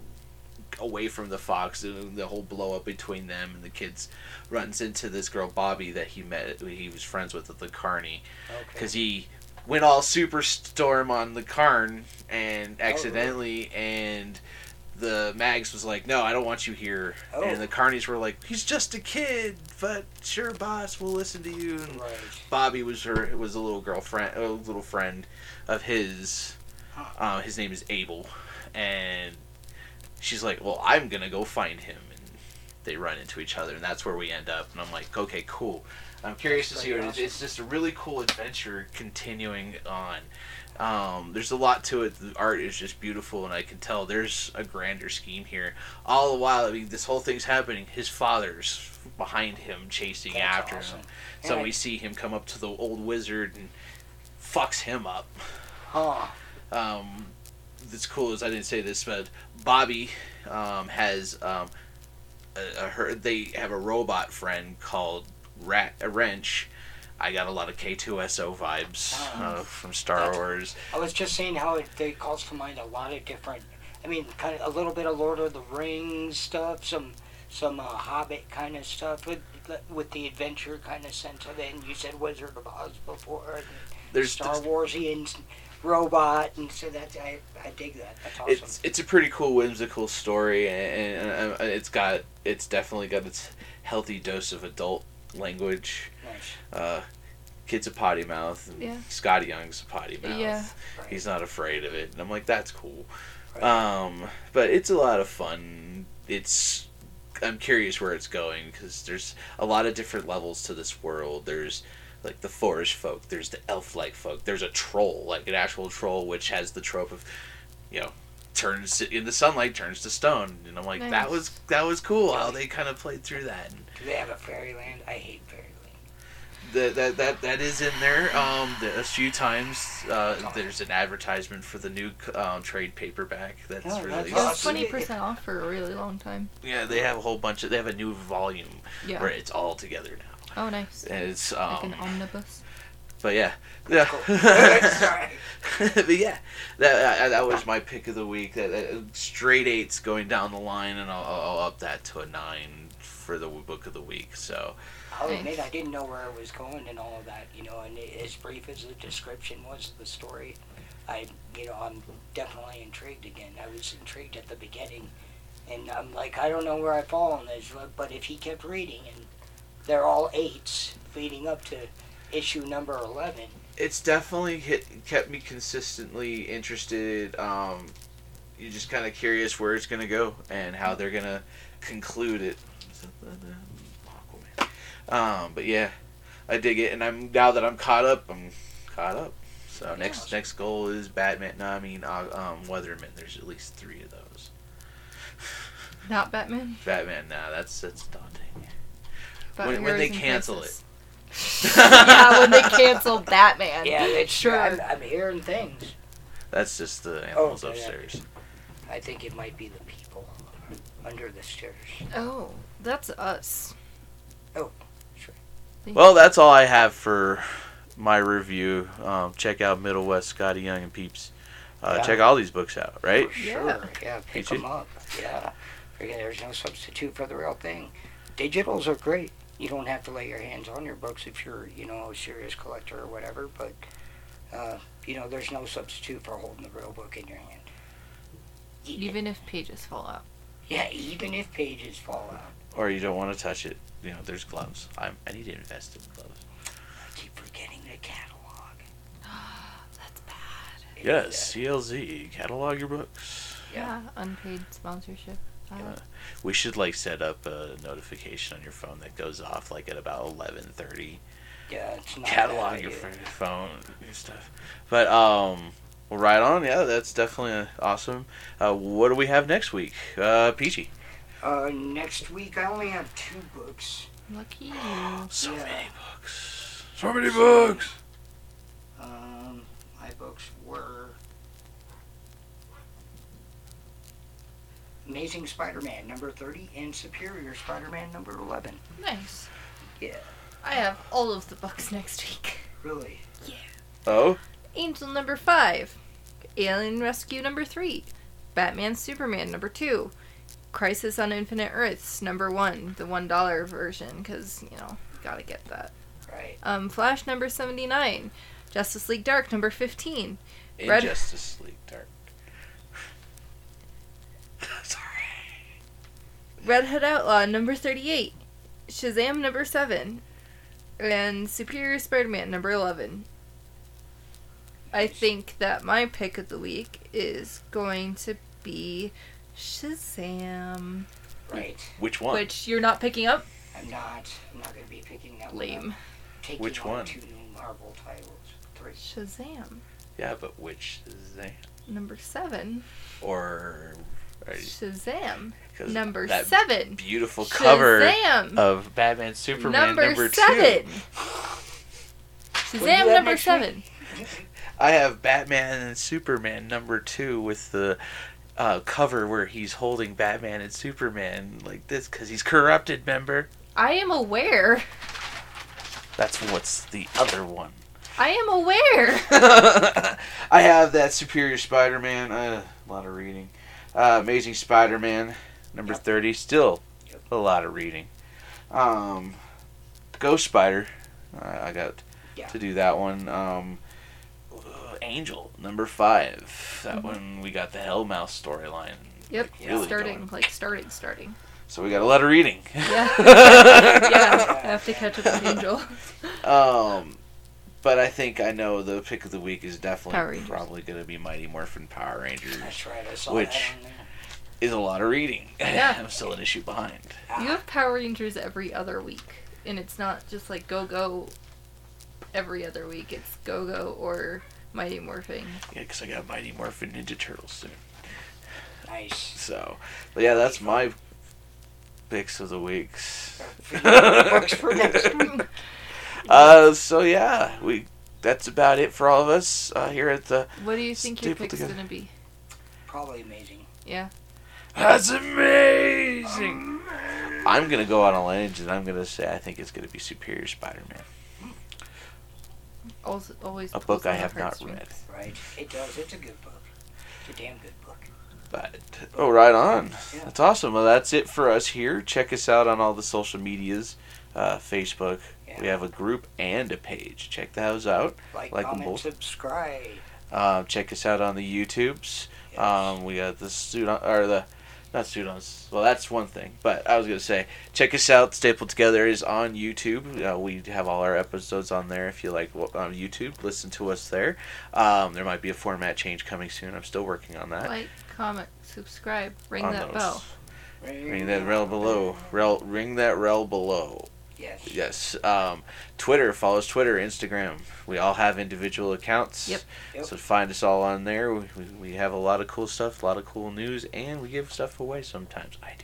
away from the fox. and The whole blow up between them and the kids runs into this girl Bobby that he met. He was friends with at the carney okay. because he went all superstorm on the carn and accidentally and. The mags was like, no, I don't want you here. Oh. And the carnies were like, he's just a kid, but sure, boss, we'll listen to you. And Right. Bobby was her was a little girlfriend, a little friend of his. Huh. Uh, his name is Abel, and she's like, "Well, I'm gonna go find him." And they run into each other, and that's where we end up. And I'm like, "Okay, cool." I'm curious to That's see what pretty it is. It's just a really cool adventure continuing on. Um, there's a lot to it. The art is just beautiful, and I can tell there's a grander scheme here. All the while, I mean, this whole thing's happening. His father's behind him, chasing That's after awesome. him. So Yeah. we see him come up to the old wizard and fucks him up. Huh. Um, that's cool as I didn't say this, but Bobby um, has um, a, a, her. They have a robot friend called Rat a Wrench. I got a lot of K2SO vibes Oh. uh, from Star That's- Wars. I was just saying how it, it calls to mind a lot of different. I mean, kind of a little bit of Lord of the Rings stuff, some some uh, Hobbit kind of stuff with with the adventure kind of sense of it. And you said Wizard of Oz before, and There's Star Warsian s- robot, and so that's I, I dig that. That's awesome. it's it's a pretty cool whimsical story, and, and, and it's got it's definitely got its healthy dose of adult language. nice. uh, kid's a potty mouth. And Yeah. Scotty Young's a potty mouth. Yeah. Right. He's not afraid of it, and I'm like, that's cool. Right. Um, but it's a lot of fun. It's I'm curious where it's going because there's a lot of different levels to this world. There's like the forest folk. There's the elf-like folk. There's a troll, like an actual troll, which has the trope of, you know, turns to, in the sunlight turns to stone, and I'm like, that Nice. was that was cool how they kind of played through that. And Do they have a fairyland? I hate *laughs* fairyland. that that that that is in there. Um, the- a few times uh, there's an advertisement for the new um, trade paperback. That's Oh, really that's It was awesome. twenty percent off for a really long time. yeah. They have a whole bunch of they have a new volume Yeah. where it's all together now. Oh, nice. And it's like an um, omnibus. but yeah, yeah. *laughs* Cool. *laughs* Sorry. but yeah, that uh, that was my pick of the week. That, that straight eights going down the line, and I'll, I'll I'll up that to a nine for the book of the week. So I'll Thanks. admit Oh, I didn't know where it was going and all of that, you know. And i- as brief as the description was, of the story, I, you know, I'm definitely intrigued again. I was intrigued at the beginning, and I'm like, I don't know where I fall on this, but- but if he kept reading, and they're all eights leading up to issue number eleven. it's definitely hit, kept me consistently interested. Um, you're just kind of curious where it's gonna go and how they're gonna conclude it. Aquaman. Um, but yeah, I dig it, and I'm now that I'm caught up, I'm caught up. So next next goal is Batman. No, I mean uh, um, Weatherman. There's at least three of those. *sighs* Not Batman. Batman. Nah, that's that's daunting. But When- when they Heroes in cancel Crisis. *laughs* yeah, *laughs* when they cancel Batman. Yeah, it's sure. I'm, I'm hearing things. That's just the animals Oh, okay, yeah. upstairs. I think it might be the people under the stairs. Oh, that's us. Oh, sure. Well, that's all I have for my review. Um, check out Middle West, Scotty Young, and Peeps. Uh, Yeah. Check all these books out, right? For Yeah. sure. Yeah, pick Digi- them up. Yeah. Forget there's no substitute for the real thing. Digitals are great. You don't have to lay your hands on your books if you're, you know, a serious collector or whatever, but, uh, you know, there's no substitute for holding the real book in your hand. E- even if pages fall out. yeah, even if pages fall out. Or you don't want to touch it. You know, there's gloves. I'm, I need to invest in gloves. I keep forgetting the catalog. *gasps* That's bad. Yes, CLZ. Catalog your books. Yeah. Yeah, unpaid sponsorship. Uh, Yeah. We should like set up a notification on your phone that goes off like at about eleven thirty. Yeah, it's not a bad catalog your idea. phone, your phone and stuff. But um, well, right on. Yeah, that's definitely uh, awesome. Uh, what do we have next week? Uh, Peachy. Uh, next week I only have two books. Lucky you. So Yeah. many books. So many books. Um, my books were Amazing Spider-Man number 30 and Superior Spider-Man number 11. Nice. Yeah. I have all of the books *laughs* next week. Really? Oh, Angel number five, Alien Rescue number three, Batman Superman number two, Crisis on Infinite Earths number one, the one dollar version, because you know gotta get that. Right. Um, Flash number seventy nine, Justice League Dark number fifteen, Red- Injustice League *laughs* Dark. Sorry. Red Hood Outlaw number thirty eight, Shazam number seven, and Superior Spider Man number eleven. I think that my pick of the week is going to be Shazam. Right. Which one? Which you're not picking up? I'm not. I'm not going to be picking that one. Lame. up. Taking Which on one? Two new Marvel titles. Three. Shazam. Yeah, but which is that? Number seven. Or Shazam. 'cause Number that seven. Beautiful cover Shazam. of Batman Superman number, number, two. seven. What do you have Shazam number next seven. I have Batman and Superman number two with the uh, cover where he's holding Batman and Superman like this because he's corrupted. Member, I am aware. that's what's the other one. I am aware. I have that Superior Spider-Man. Uh, a lot of reading. Uh, Amazing Spider-Man number Yep. thirty. Still Yep. a lot of reading. Um, Ghost Spider. Uh, I got Yeah. to do that one. Um, uh, Angel number five. That Mhm. one we got the Hellmouse storyline. Yep. like, really starting, going. like *laughs* starting, starting. So we got a lot of reading. *laughs* Yeah. *laughs* Yeah. I have to catch up with Angel. Um, but I think I know the pick of the week is Power definitely Rangers. probably going to be Mighty Morphin Power Rangers. *laughs* That's right. I saw Which- that on there. Is a lot of reading. *laughs* Yeah. I'm still an issue behind. Ah, You have Power Rangers every other week, and it's not just like go go every other week. It's go go or Mighty Morphing. *laughs* Yeah, because I got Mighty Morphin Ninja Turtles soon. Nice. So, but yeah, that's my picks of the weeks. For you, Works *laughs* for next week. Uh, so yeah, we that's about it for all of us uh, here at the. What do you think your Stapled pick's together. gonna be? Probably amazing. Yeah. That's amazing. I'm gonna go on a ledge and I'm gonna say I think it's gonna be Superior Spider-Man. Always, always A pulls book I on the have not heartstrings. read. Right. It does. It's a good book. It's a damn good book. But oh, right on. Yeah. That's awesome. Well, that's it for us here. Check us out on all the social medias, uh, Facebook. We Yeah. have a group and a page. Check those out. Like, like 'em comment, both. subscribe. Um, check us out on the YouTubes. Yes. Um, we got the student or the not students. Well, that's one thing. But I was gonna say, check us out. Stapled Together is on YouTube. Uh, we have all our episodes on there. If you like what on YouTube, listen to us there. Um, there might be a format change coming soon. I'm still working on that. Like, comment, subscribe, ring on that those. bell. Ring that rel below. Rel, ring that rel below. Yes. Yes. Um, Twitter follows Twitter, Instagram. We all have individual accounts. Yep. Yep. So find us all on there. We, we, we have a lot of cool stuff, a lot of cool news, and we give stuff away sometimes. I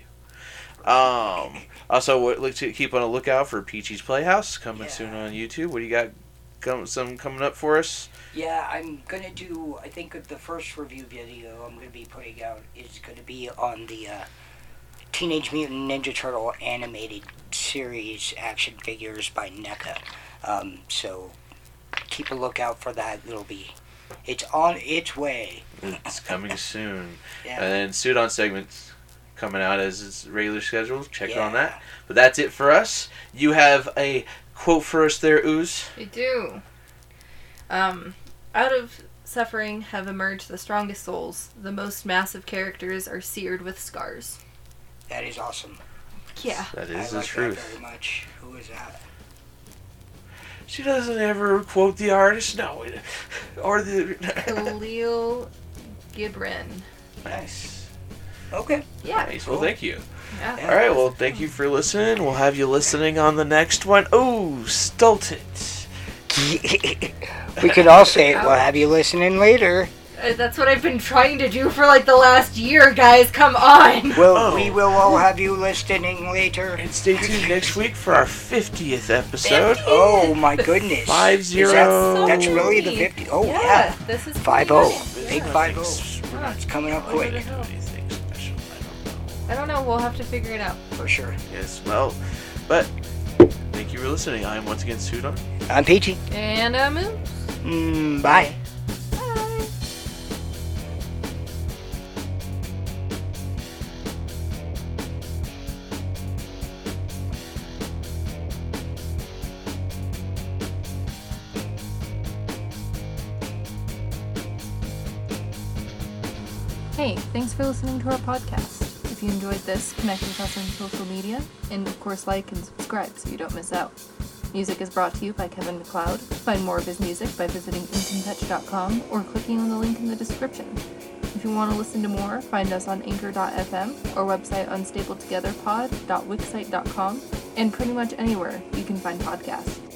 do. Um. Also, what, look to keep on a lookout for Peachy's Playhouse coming Yeah. soon on YouTube. What do you got? Come, some coming up for us. Yeah, I'm gonna do. I think the first review video I'm gonna be putting out is gonna be on the uh, Teenage Mutant Ninja Turtle animated series action figures by NECA. Um, so keep a lookout for that. It'll be. It's on its way. It's coming soon. Yeah. And then Sudan segments coming out as its regular schedule. Check on Yeah. that. But that's it for us. You have a quote for us there, Ooze. We do. Um, out of suffering have emerged the strongest souls. The most massive characters are seared with scars. That is awesome. Yeah. That I is the like truth. that very much. Who is that? She doesn't ever quote the artist, no, it- or *laughs* the. Khalil Gibran. nice, Okay. Yeah. nice. Well, thank you. yeah. All right. Well, thank you for listening. We'll have you listening on the next one. Oh, stult it. we can all say it. We'll have you listening later. Uh, That's what I've been trying to do for like the last year, guys. Come on. Well, Oh. we will all have you listening later. And stay tuned next week for our fiftieth episode. Oh my goodness. Five Is zero. that- That's really the Ooh. 50. Oh, yeah, yeah. This is Five pretty oh. good. Big Yeah. five oh. We're It's coming up not quick gonna do anything special. I don't know. I don't know. We'll have to figure it out. for sure. Yes. Well, but thank you for listening. I am once again Sudan. I'm Peachy. And uh, moon. Mm, bye. Bye. Hey, thanks for listening to our podcast. If you enjoyed this, connect with us on social media, and of course, like and subscribe so you don't miss out. Music is brought to you by Kevin McLeod. Find more of his music by visiting incontouch.com or clicking on the link in the description. If you want to listen to more, find us on anchor.fm, our website unstablettogetherpod.wixsite.com, and pretty much anywhere you can find podcasts.